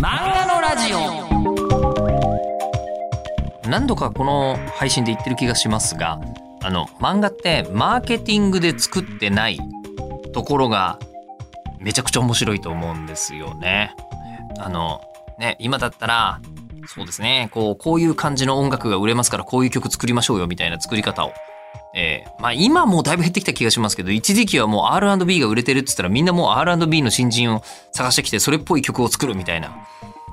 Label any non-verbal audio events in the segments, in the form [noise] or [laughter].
漫画のラジオ何度かこの配信で言ってる気がしますがあの漫画ってマーケティングで作ってないところがめちゃくちゃ面白いと思うんですよね。あのね今だったらそうですねこうこういう感じの音楽が売れますからこういう曲作りましょうよみたいな作り方を。えーまあ、今もうだいぶ減ってきた気がしますけど一時期はもう R&B が売れてるっつったらみんなもう R&B の新人を探してきてそれっぽい曲を作るみたいな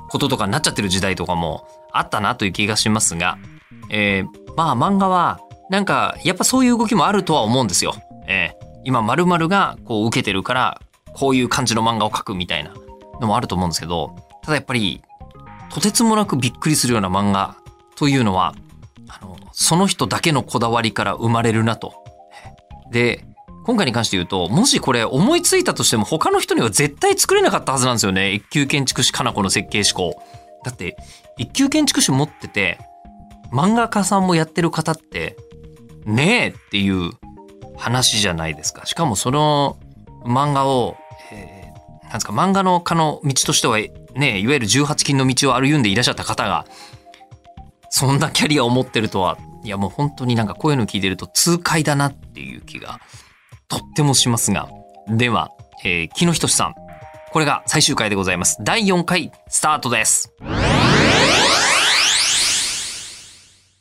こととかになっちゃってる時代とかもあったなという気がしますが、えーまあ漫画はなんかやっぱそういう動きもあるとは思うんですよ。えー、今〇〇がこう受けてるからこういう感じの漫画を描くみたいなのもあると思うんですけどただやっぱりとてつもなくびっくりするような漫画というのはあのその人だけのこだわりから生まれるなと。で今回に関して言うともしこれ思いついたとしても他の人には絶対作れなかったはずなんですよね一級建築士かなこの設計思考。だって一級建築士持ってて漫画家さんもやってる方ってねえっていう話じゃないですか。しかもその漫画を、えーなんですか漫画の家の道としてはねいわゆる18禁の道を歩んでいらっしゃった方がそんなキャリアを持ってるとは、いやもう本当になんかこういうの聞いてると痛快だなっていう気がとってもしますが。では、えー、木野仁さん。これが最終回でございます。第4回スタートです。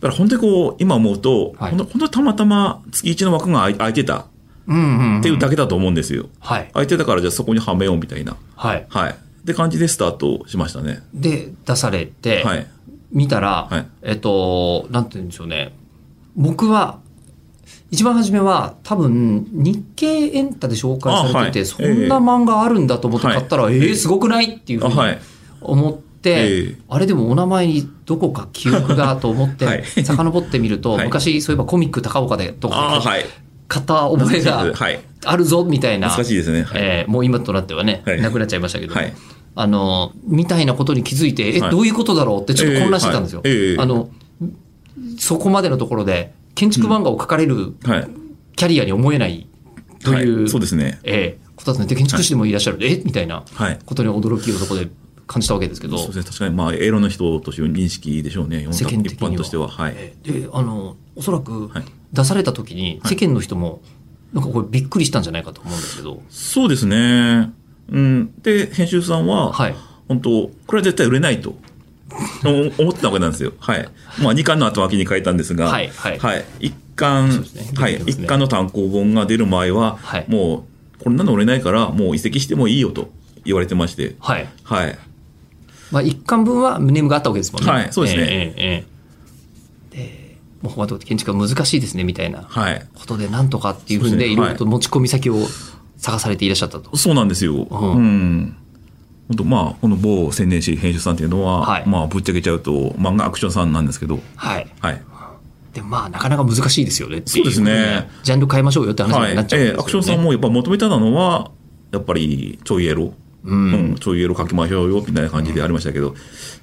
だから本当にこう、今思うと、はい本当本当にたまたま月1の枠が空い空いてたっうんうん、ていうだけだと思うんですよ。はい。空いてたからじゃあそこにはめようみたいな。はい。はい。って感じでスタートしましたね。で、出されて、はい。見たら、はいえっと、なんて言うんでしょうね。僕は、一番初めは多分日経エンタで紹介されてて、あはいそんな漫画あるんだと思って買ったら、はいえー、すごくないっていうふあうにはい。思って、ええあれでもお名前にどこか記憶がと思っ [laughs] はてい遡ってみると、はい昔そういえばコミック高岡でとああ、かはい。買った覚えがはい。あるぞみたいな、懐かしいですね。はい。えーもう今となってはね、はいなくなっちゃいましたけど、はいあのみたいなことに気づいてえはいどういうことだろうってちょっと混乱してたんですよ。ええはいええあのそこまでのところで建築漫画を描かれるはい。キャリアに思えないという,、はいそうですね。えーことだったので建築士でもいらっしゃる、えみたいなはい。ことに驚きをそこで感じたわけですけどそう。ですね。確かに、まあ、エロの人としての認識でしょうね。世の世中間的一には般としては。はい。えーであのおそらくはい出された時にはい世間の人もなんかこれびっくりしたんじゃないかと思うんですけど、そうですね。うん。で、編集さんは、はい本当これは絶対売れないと [laughs] お思ってたわけなんですよ。はい。まあ、2巻の後巻きに変えたんですが、はいはい一巻、そうですねはい、出てますね一巻の単行本が出る前は、はいもう、こんなの売れないから、もう移籍してもいいよと言われてまして、はいはい。まあ、一巻分はネームがあったわけですもんね。はいそうですねえーえーえーでもうほんまと建築は難しいですねみたいなはい。ことでなんとかっていうふうそうでですねいろいろと持ち込み先を探されていらっしゃったと。そうなんですよ。んうん。本当まあ、この某千年史編集さんっていうのは、はいまあ、ぶっちゃけちゃうと、漫画アクションさんなんですけど、はい、はい。でまあなかなか難しいですよねっていそうですねジャンル変えましょうよって話はにいなっ。ちゃうんえですよね。えアクションさんもやっぱ求めたのは、やっぱり、ちょいエロ。うんうん、ちょいエロ書きましょうよ、みたいな感じでありましたけど、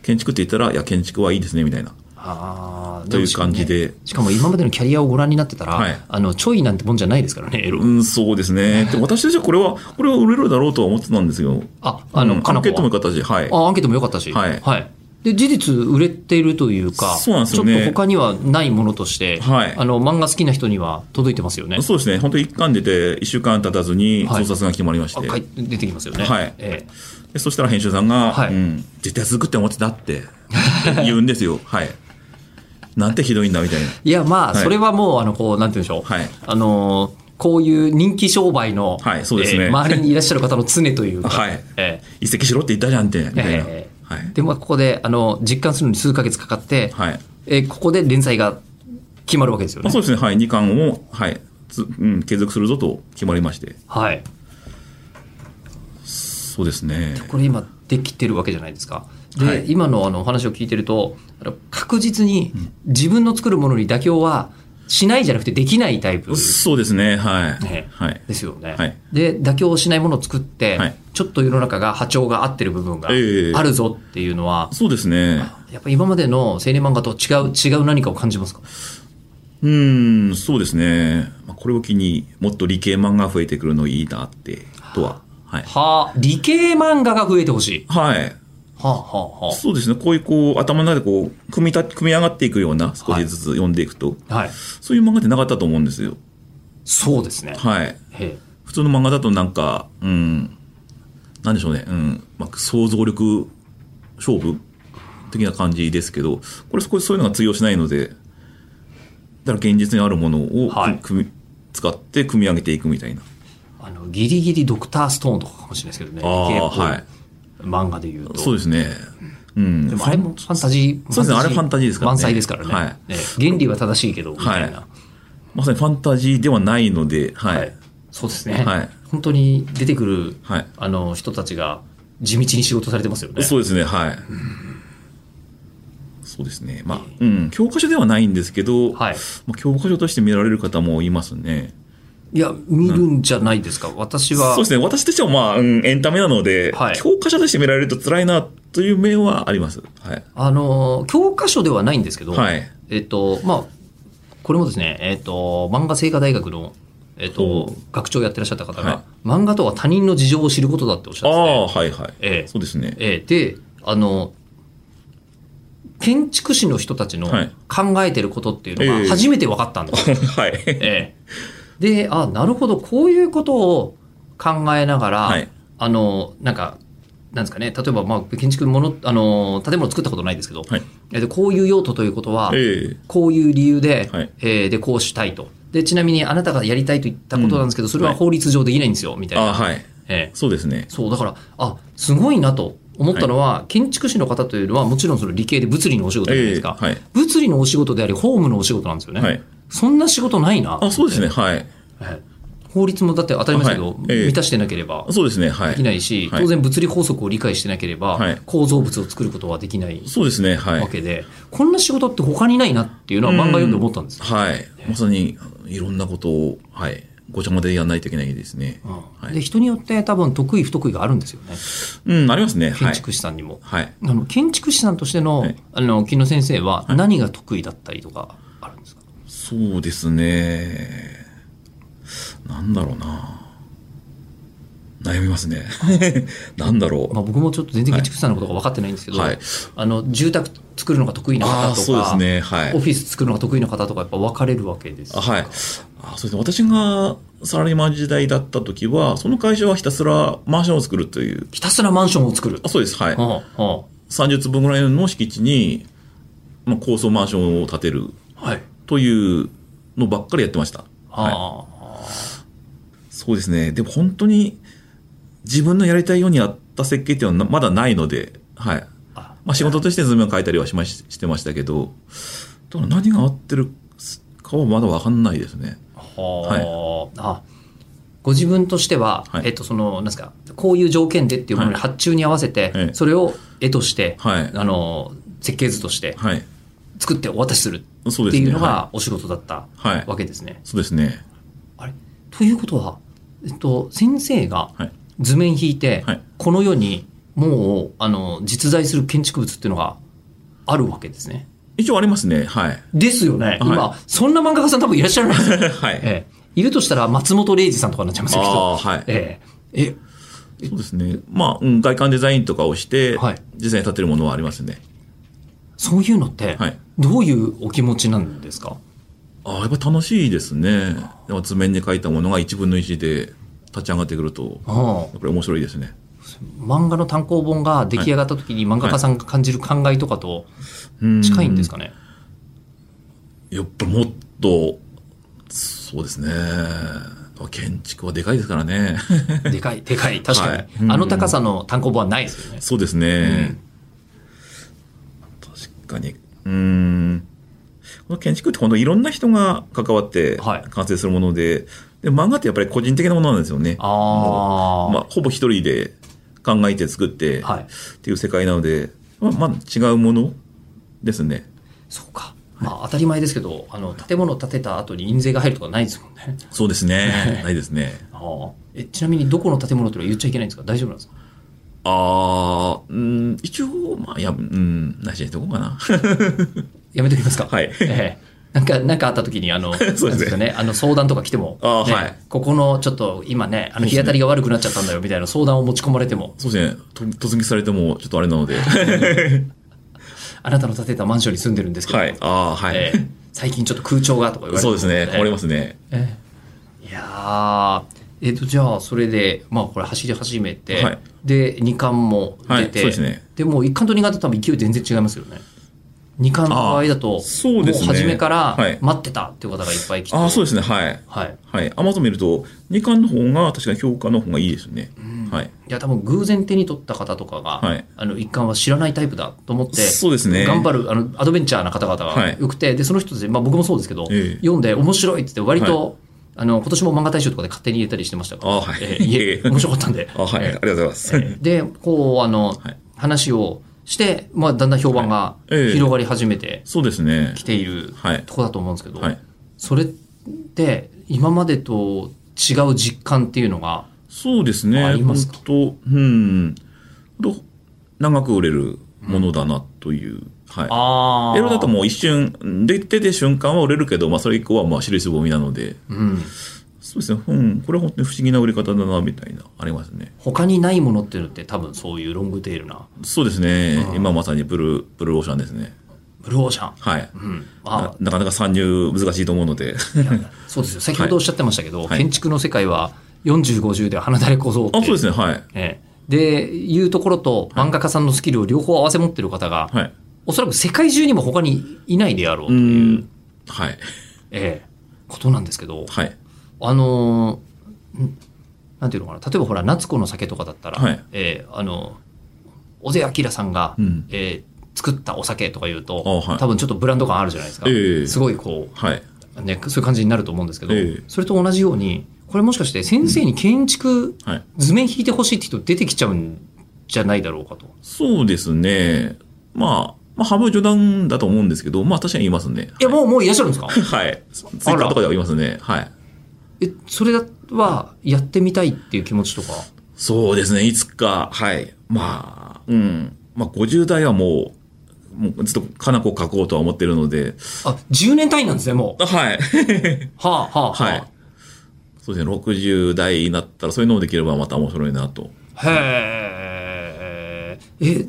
建築って言ったら、いや、建築はいいですね、みたいな。あーという感じでもし,、かも今までのキャリアをご覧になってたら、はいあのちょいなんてもんじゃないですからねエロ、うん、そうですね。で私たちはこれは、これは売れるだろうとは思ってたんですよ。ああの、うんかアなンこケートはも形、はい。あアンケートも良かったし、はいで事実売れているというかそうなんですよねちょっと他にはないものとして、はいあの漫画好きな人には届いてますよねそうですね。本当一巻出て、一週間経たずに、はい増刷が決まりましあて、書い出てきますよね、はいええでそしたら編集さんが、はいうん、絶対続くって思ってたって言うんですよ。はい。なんてひどいんだ、みたいな。いやまあはいそれはもう、あのこうなんて言うんでしょう、はいあのーこういう人気商売の、はいそうですねええ周りにいらっしゃる方の常というか、はいえ移籍しろって言ったじゃんって、みえたいな。ええはい。でまあここであの実感するのに数ヶ月かかって、はい。ええここで連載が決まるわけですよまあ、ね。そうですね。はい。二巻を、はい。つうん、継続するぞと決まりまして。はい、そうですね。これ今できてるわけじゃないですか。で、はい今のあのお話を聞いてるとあの確実に自分の作るものに妥協はしないじゃなくてできないタイプでそうですね。はい。ねはい。すよね。はいで妥協しないものを作って、はいちょっと世の中が波長が合ってる部分がええあるぞっていうのは、そうですね。やっぱ今までの青年漫画と違う違う何かを感じますかうーん、そうですね。まあこれを機にもっと理系漫画増えてくるのいいなって、とは。はい。はあ理系漫画が増えてほしい。はい。はあ、はあはそうですね、こういうこう頭の中でこう組み立て組み上がっていくような、少しずつ読んでいくと、あ、はい。そういう漫画ってなかったと思うんですよ。そうですね。はい。へえ普通の漫画だとなんか、うん、なんでしょうね、うん、まあ、想像力勝負的な感じですけど、これ少しそういうのが通用しないので、だから現実にあるものを、はい組み使って組み上げていくみたいな。あの、ギリギリドクターストーンとかかもしれないですけどね。あー系っぽはい漫画で言うと。そうですね。うん。でもあれもファンタジー、そうでファンタすねジあれファンタジーですからね満載ですからね。はいね原理は正しいけど、みたいな。はまさにファンタジーではないので、はい。はいそうですね。はい本当に出てくる、はいあの人たちが地道に仕事されてますよね。そうですね、はい。そうですね。まあ、うん、教科書ではないんですけど、はいまあ、教科書として見られる方もいますね。いや、見るんじゃないですか。私は。そうですね、私としてはまあ、うん、エンタメなので、はい教科書として見られると辛いなという面はあります。はい。あの、教科書ではないんですけど、はい。えっと、まあ、これもですね、えっと、漫画聖華大学の、えっとほ、学長をやってらっしゃった方が、は漫画とは他人の事情を知ることだっておっしゃあっててあ、はいはい。ええそうですね。ええで、あの、建築士の人たちのはい考えてることっていうのええが初めて分かったんです。 [laughs] はい。ええで、あ、なるほど、こういうことを考えながら、はいあの、なんか、なんですかね、例えば、まあ、建築もの、あの、建物作ったことないですけど、はい。えでこういう用途ということは、ええこういう理由で、はいえーで、こうしたいと。で、ちなみにあなたがやりたいと言ったことなんですけど、それははい法律上できないんですよ、みたいな。ああ、はい。ええそうですね。そう、だから、あ、すごいなと思ったのは、建築士の方というのは、もちろんその理系で物理のお仕事じゃないえでえすか。はい。物理のお仕事であり、ホームのお仕事なんですよね。はい。そんな仕事ないな。あ、そうですね、はい。ええ法律もだって当たり前ですけど、はいええ満たしてなければそうですね、はできい。ないし、はい当然物理法則を理解してなければ、はい構造物を作ることはできないそうですね、はいわ。けで、こんな仕事って他にないなっていうのは漫画読んで思ったんですよ。はい。まさに、あのいろんなことを、はい。ごちゃまでやらないといけないですね。うんはいで人によって多分得意不得意があるんですよねうん、ありますね。は建い。築士さんにも。はい。あの建築士さんとしての,、はいあの木野先生は何が得意だったりとかあるんですか、そうですね。なんだろうな。悩みます [laughs] ね。なんだろう。まあ、僕もちょっと全然建築士さんのことが分かってないんですけど、はいあの住宅作るのが得意なあ方あ、とそうですか、ね。はいオ。フィス作るのが得意な方とかやっぱ分かれるわけですあはい。あそうですね。私がサラリーマン時代だった時は、その会社はひたすらマンションを作るという。ひたすらマンションを作るあ、。そうです。はい。はあは30坪ぐらいの敷地に、まあ、高層マンションを建てるあはいというのばっかりやってました。はい。はそうですね。でも本当に自分のやりたいようにやった設計っていうのはなまだないので、はい。あまあ仕事として図面を書いたりはしまししてましたけど、だから何が合ってるかはまだわかんないですね。はあ、あご自分としては、はいえっと、その、なんですか、こういう条件でっていうものにはい発注に合わせて、ええそれを絵として、はい。あの、設計図としてはい。作ってお渡しするっそうですね。ていうのはがお仕事だったい、はいわけですね。そうですね。あれということは、えっと、先生がはい。図面引いて、はいこの世にもう、あの、実在する建築物っていうのがあるわけですね。一応ありますね。はい。ですよね。今、そんな漫画家さん多分いらっしゃらないですよ。はい。ええ、いるとしたら松本零士さんとかになっちゃいますあよ、きっとあ、はい。えええ、そうですね。まあ、うん、外観デザインとかをして、はい実際に建てるものはありますね。そういうのってはい、どういうお気持ちなんですか、ああ、やっぱ楽しいですね。でも図面に書いたものが1分の1で立ち上がってくると、やああっぱり面白いですね。漫画の単行本が出来上がった時に漫画家さんが感じる考えとかと近いんですかね、やっぱりもっと、そうですね。建築はでかいですか [laughs] らね。でかい、でかい、確かに、はいうんあの高さの単行本はないですよね。そうですね。確かに。うん。この建築って本当いろんな人が関わってはい完成するもので、で漫画ってやっぱり個人的なものなんですよね。ああ、まあ、ほぼ一人で考えて作って、はい。っていう世界なので、まあ、まあ、違うものですね。そうか。まあ当たり前ですけど、あの、建物建てた後に印税が入るとかないですもんね。そうですね。 [laughs] ないですね。ああえちなみにどこの建物というのは言っちゃいけないんですか大丈夫なんですかあー、うん、一応、まあ、いや、うん、内緒にしとこうかな。やめときますか [laughs] はいええなんか、なんかあった時に、あの、 [laughs] そうですねなんかね、あの相談とか来ても、あーねはいここのちょっと今ね、あの日当たりが悪くなっちゃったんだよみたいな相談を持ち込まれても、そうですね。と突撃されても、ちょっとあれなので。 [laughs] あなたの建てたマンションに住んでるんですけど、はい。ああ、はい。えー最近ちょっと空調がとか言われて。そうですね。困りますすね。えーいやー、えっ、と、じゃあ、それで、まあ、これ走り始めて、はいで、2冠も出て、はいそうですねでも、1冠と2冠と多分勢い全然違いますよね。2冠の場合だと、あそうですねもう初めからはい待ってたっていう方がいっぱい来て、ああ、そうですね。はい。はい。はい。アマゾン見ると、2巻の方が確かに評価の方がいいですね。はい。いや多分偶然手に取った方とかが、はいあの一貫は知らないタイプだと思ってそうですね頑張るあのアドベンチャーな方々はがいよくて、でその人たち、まあ、僕もそうですけど、ええ読んで面白いって言って割と、はあの今年も漫画大賞とかで勝手に入れたりしてましたからあはいええい [laughs] え面白かったんであはい。ありがとうございます。でこうあの、はい話をして、まあ、だんだん評判がいええ広がり始めてそうですねき。ているはいとこだと思うんですけど、はい。それって今までと違う実感っていうのがそうですあね。りますか本当うん。と長く売れるものだなという。はい。あーエロだともう一瞬、出てて瞬間は売れるけど、まあそれ以降はまあ知るつぼみなので、うんそうですね、うん、これは本当に不思議な売れ方だな、みたいな、ありますね。他にないものっていうのって多分そういうロングテールなそうですね、今まさにブルー、ブルーオーシャンですね。ブルーオーシャン、はい。うん、なあなかなか参入難しいと思うので。そうですよ先ほどおっしゃってましたけど、はい建築の世界は4050で花垂れ小僧ってあ、そうですね、はい。ええでいうところと漫画家さんのスキルを両方合わせ持ってる方が、はい。おそらく世界中にも他にいないであろうとういう、ん。はい。ええことなんですけどはい。あのーんなんていうのかな例えばほら「夏子の酒」とかだったら、はいええあの小瀬明さんが、うんえー作ったお酒とか言うと、あはい多分ちょっとブランド感あるじゃないですか、ええすごいこはい。う、ね、そういう感じになると思うんですけど、ええそれと同じようにこれもしかして先生に建築はい。図面引いてほしいって人出てきちゃうんじゃないだろうかと。そうですね、まあ、まあ、半分冗談だと思うんですけど、まあ確かに言いますね。いやもうもういらっしゃるんですかはい。ツイッターとかでは言いますね。はい。えそれはやってみたいっていう気持ちとかそうですね、いつか、はい。まあ、うん。まあ、50代はもう、もうずっとかなこ書こうとは思ってるので、あ10年単位なんですねもうあ [laughs] はい。はあはあはあ、はい。そうですね、60代になったら、そういうのもできればまた面白いなと。へえ。え、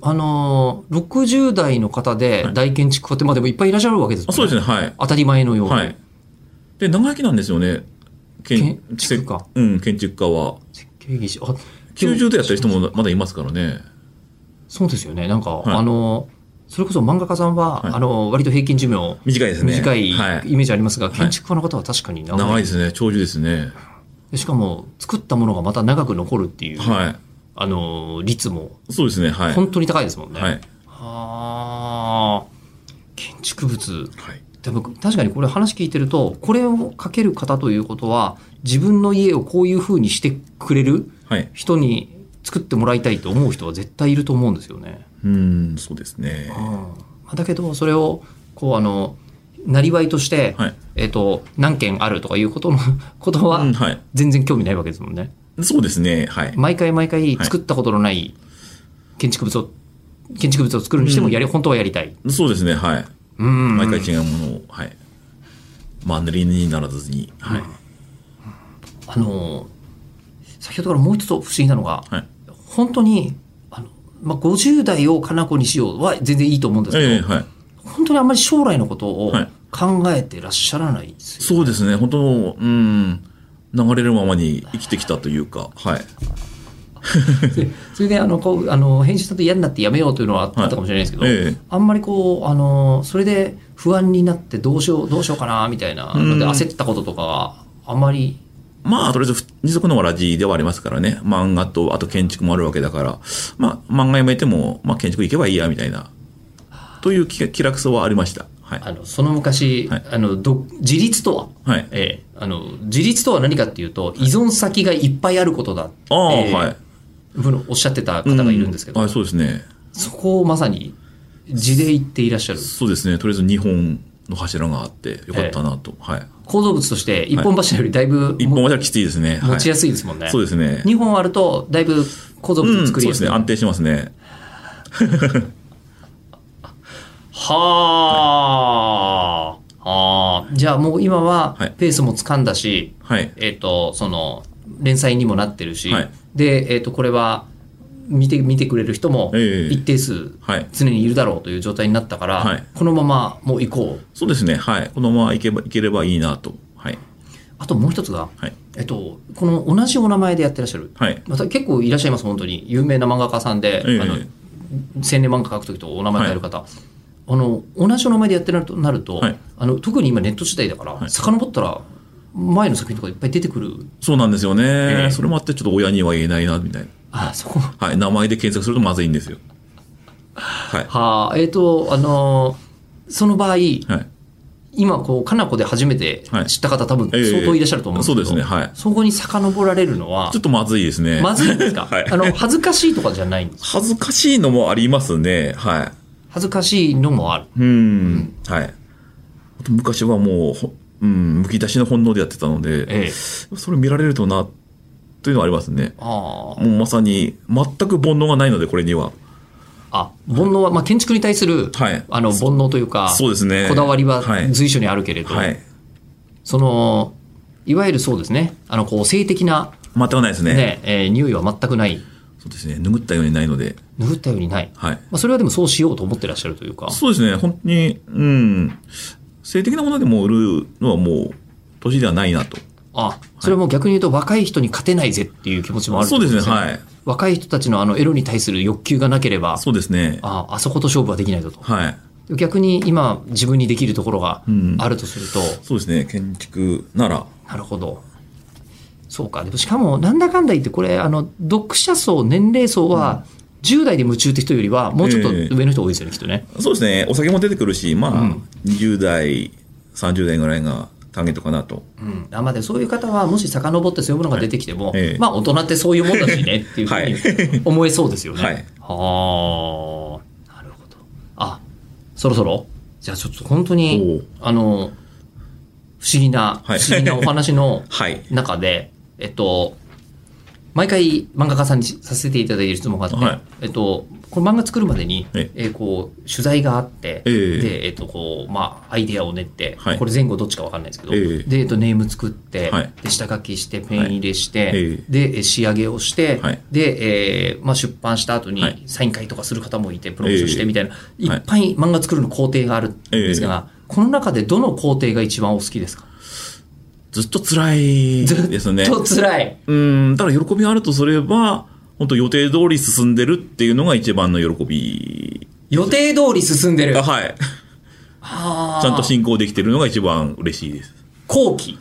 あのー、60代の方で大建築家って、まあでもいっぱいいらっしゃるわけですもあんそうですね、はい。当たり前のように。はい。で、長生きなんですよね。建築家せうん、建築家は。設計技師。あ、でも90でやってる人もまだいますからね。そうですよね。なんか、いあのー、それこそ漫画家さんは、はいあのー、割と平均寿命、短いですね。短いはい。イメージありますが、い建築家の方は確かに長い。長いですね、長寿ですね。でしかも、作ったものがまた長く残るっていう、はあのー、率も、い。そうですね、はい。本当に高いですもんね。はい。はあ。建築物。はい。でも確かにこれ話聞いてるとこれをかける方ということは自分の家をこういうふうにしてくれるはい。人に作ってもらいたいと思う人は絶対いると思うんですよね。うん、そうですね。うん、だけどそれをこうあのなりわいとして、はい。えっと何件あるとかいうことの [laughs] ことはうん、はい。全然興味ないわけですもんね。そうですね、はい。毎回毎回はい作ったことのない建築物を建築物を作るにしてもやり、本当はやりたい。そうですね、はい。うん毎回違うものを、はい。マンネリにならずに、はい。あの先ほどからもう一つ不思議なのが、はい。本当にあの、まあ、50代をかな子にしようは全然いいと思うんですけど、ええはい。本当にあんまり将来のことをはい考えてらっしゃらないんですよ、そうですね、本当うん、流れるままに生きてきたというか、はい。でそれであのこうあの編集さんと嫌になってやめようというのはあったかもしれないですけど、ええあんまりこうあのそれで不安になってどうしようどうしようかなみたいなのでうん焦ったこととかはあんまりまあ、とりあえず、二足のわらじではありますからね。漫画と、あと建築もあるわけだから、まあ、漫画やめても、まあ、建築行けばいいや、みたいな、という気気楽さはありました。はい。あのその昔、はいあのど自立とははい。ええ、あの自立とは何かっていうと依存先がいっぱいあることだってああ、ええはい。ふうおっしゃってた方がいるんですけど、うはい、そうですね。そこをまさに字で言っていらっしゃるそうですね。とりあえず2本の柱があって、よかったなと。はい。構造物として一本柱よりだいぶ一も、本はじゃきついですね。持ちやすすいですもんね、そうですね。 2本あるとだいぶ構造う物ん、そ作うりでやすすい、ね。安定してますね。はあ、ああ、じゃあもう今ははいペースも掴んだし、はい。えっ、と、その、連載にもなってるし、はいで、えっ、と、これは、見て、見てくれる人も、ええ一定数、はい常にいるだろうという状態になったから、はいこのままもう行こう。そうですね。はい。このままいけば、いければいいなと。はい。あともう一つが、はい。えっと、この同じお名前でやってらっしゃる。はい。また結構いらっしゃいます、本当に。有名な漫画家さんで、ええあの、青年漫画描くときとお名前変える方。あの、同じお名前でやってるとなると、はいあの、特に今ネット時代だから、い遡ったら、前の作品とかいっぱい出てくる。そうなんですよね。ええそれもあって、ちょっと親には言えないな、みたいな。あ、そこ。はい。名前で検索するとまずいんですよ。はい。ははあ、えっ、と、あのーその場合、い。今、こう、かなこで初めてはい知った方、多分、ええ相当いらっしゃると思うんですけど、そうですねはいそこに遡られるのはちょ、っとまずいですね。まずいんですか、はいあの、恥ずかしいとかじゃないんです。恥ずかしいのもありますね。は恥ずかしいのもある。い。うん。はい。あと昔はもうほ、うん、むき出しの本能でやってたので、ええ。それ見られるとな、というのはありますね。あもうまさに、全く煩悩がないので、これには。あ。あ、煩悩は、まあ、建築に対する、はいあの、煩悩というか、そうですねこだわりははい随所にあるけれど、はい。その、いわゆるそうですね、あの、こう、性的な、全くないですね。ね、えー匂いは全くない、そうですね。拭ったようにないので。拭ったようにない。はい。まあ、それはでもそうしようと思ってらっしゃるというか。そうですね。本当に、うん。性的なものでも売るのはもう、年ではないなと。あ、それはもう逆に言うと若い人に勝てないぜっていう気持ちもあるってそこうとですね。はい。若い人たちのあのエロに対する欲求がなければ、そうですね。ああそこと勝負はできないぞと。はい。逆に今自分にできるところがんあるとすると、そうですね。建築なら、なるほど。そうか。でもしかもなんだかんだ言ってこれ、あの、読者層、年齢層は10代で夢中って人よりはもうちょっとええ上の人多いですよね、きっとね。そうですね。お酒も出てくるし、まあ、20代、30代ぐらいがターゲットかなと。うん、あまあでもそういう方はもし遡ってそういうものが出てきても、ええまあ大人ってそういうもんだしねっていうふうに思えそうですよね。 [laughs] はいはあなるほど。あそろそろじゃあちょっと本当おにうあの不思議な、はい不思議なお話のはい。中でえっと毎回漫画家さんにさせていただいている質問があって、はいえっと、この漫画作るまでに、ええーこう取材があって、ええで、えっとこうまあ、アイデアを練って、はいこれ前後どっちかわかんないですけど、ええで、えっと、ネーム作って、はいで下書きしてペン入れして、いええでえ仕上げをして、はいでえーまあ、出版した後はにいサイン会とかする方もいてプロモーションしてええみたいな、いっぱい漫画作るの工程があるんですが、この中でどの工程が一番お好きですかずっと辛いですね。ちょっと辛いうん、ただ喜びがあるとすれば、本当予定通り進んでるっていうのが一番の喜び。予定通り進んでるあはい。あちゃんと進行できてるのが一番嬉しいです。後期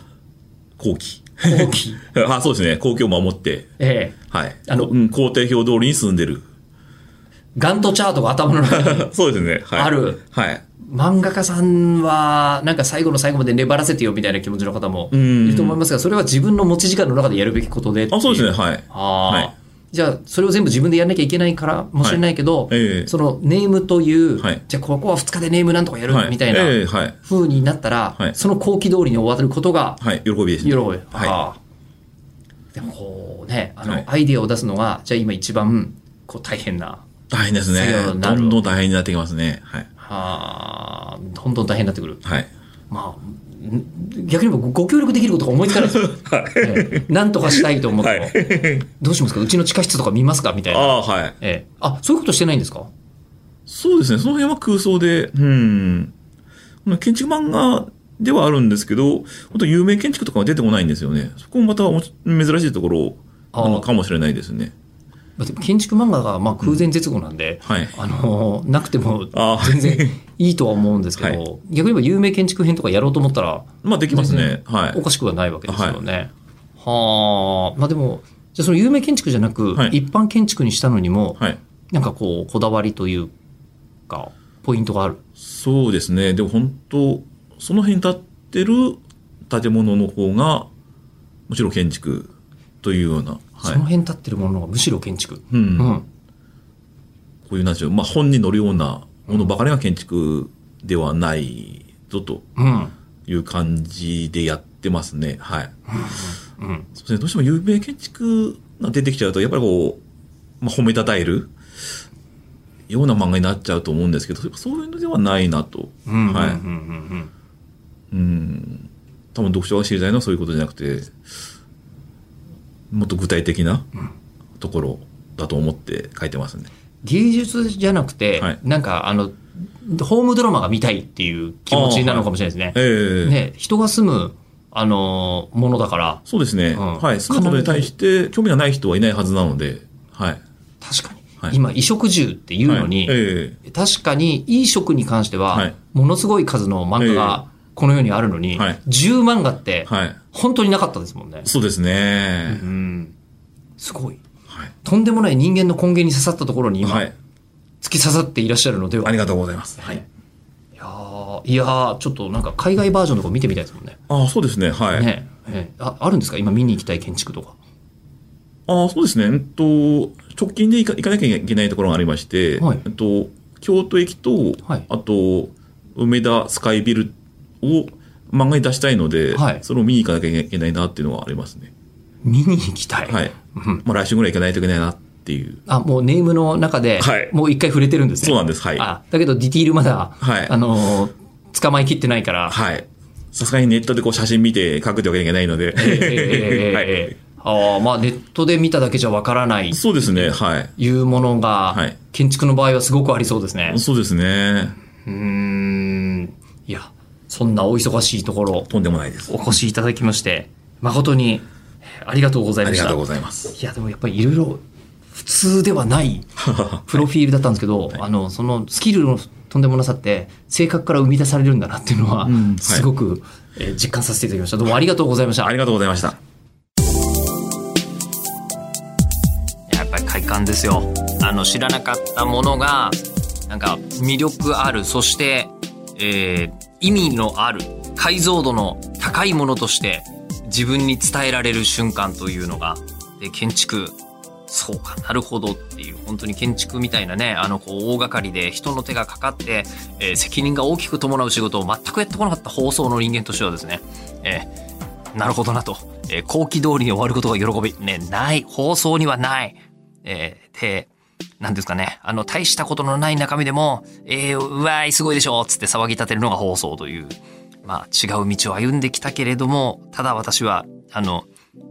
後期。後期 [laughs] あ、そうですね。後期を守って。ええはい。ああのの、うん、工程表通りに進んでる。 [laughs] ガントチャートが頭の中にそうですね。はい。ある。はい。漫画家さんはなんか最後の最後まで粘らせてよみたいな気持ちの方もんいると思いますがそれは自分の持ち時間の中でやるべきことでっていあ、そうですね。はい。あーはいじゃあそれを全部自分でやんなきゃいけないからもしれないけど、はいええそのネームという、はいじゃあここは2日でネームなんとかやるはい。みたいなええはい。風になったら、はいその後期通りに終わることがはい。喜びですね。喜び、はいはでもこうねあの、はい。アイデアを出すのがじゃあ今一番こう大変ない大変ですね作業。になどるんどん大変になってきますね。はい。はあどんどん大変になってくる [laughs] はい。まあ、ん逆に言えばごご協力できることが思いつかないですよ。 [laughs] ええなんとかしたいと思っても、はどうしますかうちの地下室とか見ますかみたいな。ああー、はい。ええ、あそういうことしてないんですかそうですね。その辺は空想で、うん。建築漫画ではあるんですけど、本当有名建築とかは出てこないんですよね。そこもまたおもし珍しいところあーなのかもしれないですね。だって建築漫画がまあ空前絶後なんで、はいあのーなくてもあー全然いいとは思うんですけど、はい逆に言えば有名建築編とかやろうと思ったら [laughs] まあできますね。はいお。かしくはないわけですよね。はあ、まあでもじゃあその有名建築じゃなく、はい一般建築にしたのにも、はい。なんかこうこだわりというかポイントがある。そうですね。でも本当、その辺に建ってる建物の方が、むしろ建築というような。はそのい。辺立ってるものの方がむしろ建築。うう。んこん。ういう、なんでしょう。まあ本に載るようなものばかりが建築ではないぞとうん。いう感じでやってますね。はい。うん。そうですね。どうしても有名建築が出てきちゃうと、やっぱりこう、まあ、褒めたたえるような漫画になっちゃうと思うんですけど、そういうのではないなと。うん。うん。うん。はいうん。うん、多分読者が知りたいのはそういうことじゃなくて、もっと具体的なところだと思って書いてますね。芸術じゃなくて、はいなんかあの、ホームドラマが見たいっていう気持ちなのかもしれないですね。ええね、人が住む、あのーものだから、そうですね。うんはい。そのことに対して興味がない人はいないはずなので、はい。確かに、はい今、衣食住っていうのに、はいえ確かに、衣食に関しては、はいものすごい数の漫画がこの世にあるのに、はい10漫画ってえ、はい。本当になかったですもんね。そうですね。うん。すごい。はい。とんでもない人間の根源に刺さったところに今、はい。突き刺さっていらっしゃるのでは。あいりがとうございます。はい。やー、いやーちょっとなんか海外バージョンとか見てみたいですもんね。ああ、そうですね。はい。ねええああるんですか今見に行きたい建築とか。ああ、そうですね。うんと、直近で行か行かなきゃいけないところがありまして、はいうんと、京都駅と、はいあと、梅田スカイビルを漫画に出したいので、はいそれを見に行かなきゃいけないなっていうのはありますね。見に行きたい。はい。うんまあ、来週ぐらい行かないといけないなっていう。あ、もうネームの中ではい、もう一回触れてるんですね。そうなんです。はい。はあ、だけどディティールまだ、はいあのー捕まえきってないから、い。さすがにネットでこう写真見て書くといけないのええで。ええええ [laughs] はいええああまあネットで見ただけじゃわからないそうですね。はい。いうものが、はい建築の場合はすごくありそうですね。そうですね。うーん。いや、そんなお忙しいところ、とんでもないです。お越しいただきまして、誠にありがとうございあまりした。がとうございます。いや、でもやっぱりいろいろ普通では [laughs] ないプロフィールだったんですけど、あの、そのスキルのとんでもなさって、性格から生み出されるんだなっていうのは、んはいすごく、えー実感させていただきました。どうもありがとうございました。ありがとうございました。やっぱり快感ですよあの知らなかったものがなんか魅力あるそして、えー意味のある解像度の高いものとして自分に伝えられる瞬間というのがで建築そうかなるほどっていう本当に建築みたいなねあのこう大掛かりで人の手がかかって、えー責任が大きく伴う仕事を全くやってこなかった放送の人間としてはですね、えーなるほどなと。えー後期通りに終わることが喜び。ね、ない。放送にはない。えーで、なんですかね。あの、大したことのない中身でも、えーうわーい、すごいでしょつって騒ぎ立てるのが放送という。まあ、違う道を歩んできたけれども、ただ私は、あの、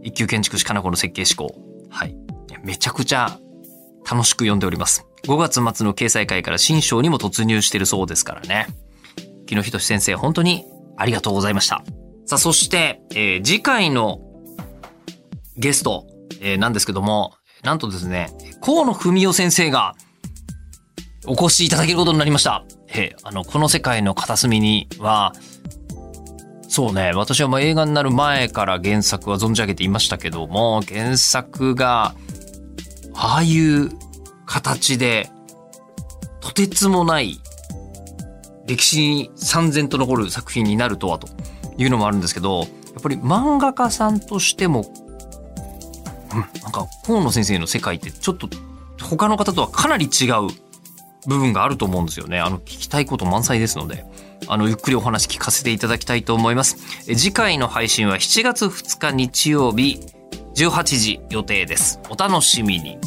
一級建築士かなこの設計思考。はい。めちゃくちゃ楽しく読んでおります。5月末の掲載会から新章にも突入してるそうですからね。木野仁先生、本当にありがとうございました。さあ、そして、えー次回のゲスト、えーなんですけども、なんとですね、河野文夫先生がお越しいただけることになりました。えーあの、この世界の片隅には、そうね、私はまあ映画になる前から原作は存じ上げていましたけども、原作が、ああいう形で、とてつもない歴史に三然と残る作品になるとはというのもあるんですけどやっぱり漫画家さんとしても、うん、なんか河野先生の世界ってちょっと他の方とはかなり違う部分があると思うんですよねあの聞きたいこと満載ですのであのゆっくりお話聞かせていただきたいと思いますえ次回の配信は7月2日日曜日18時予定ですお楽しみに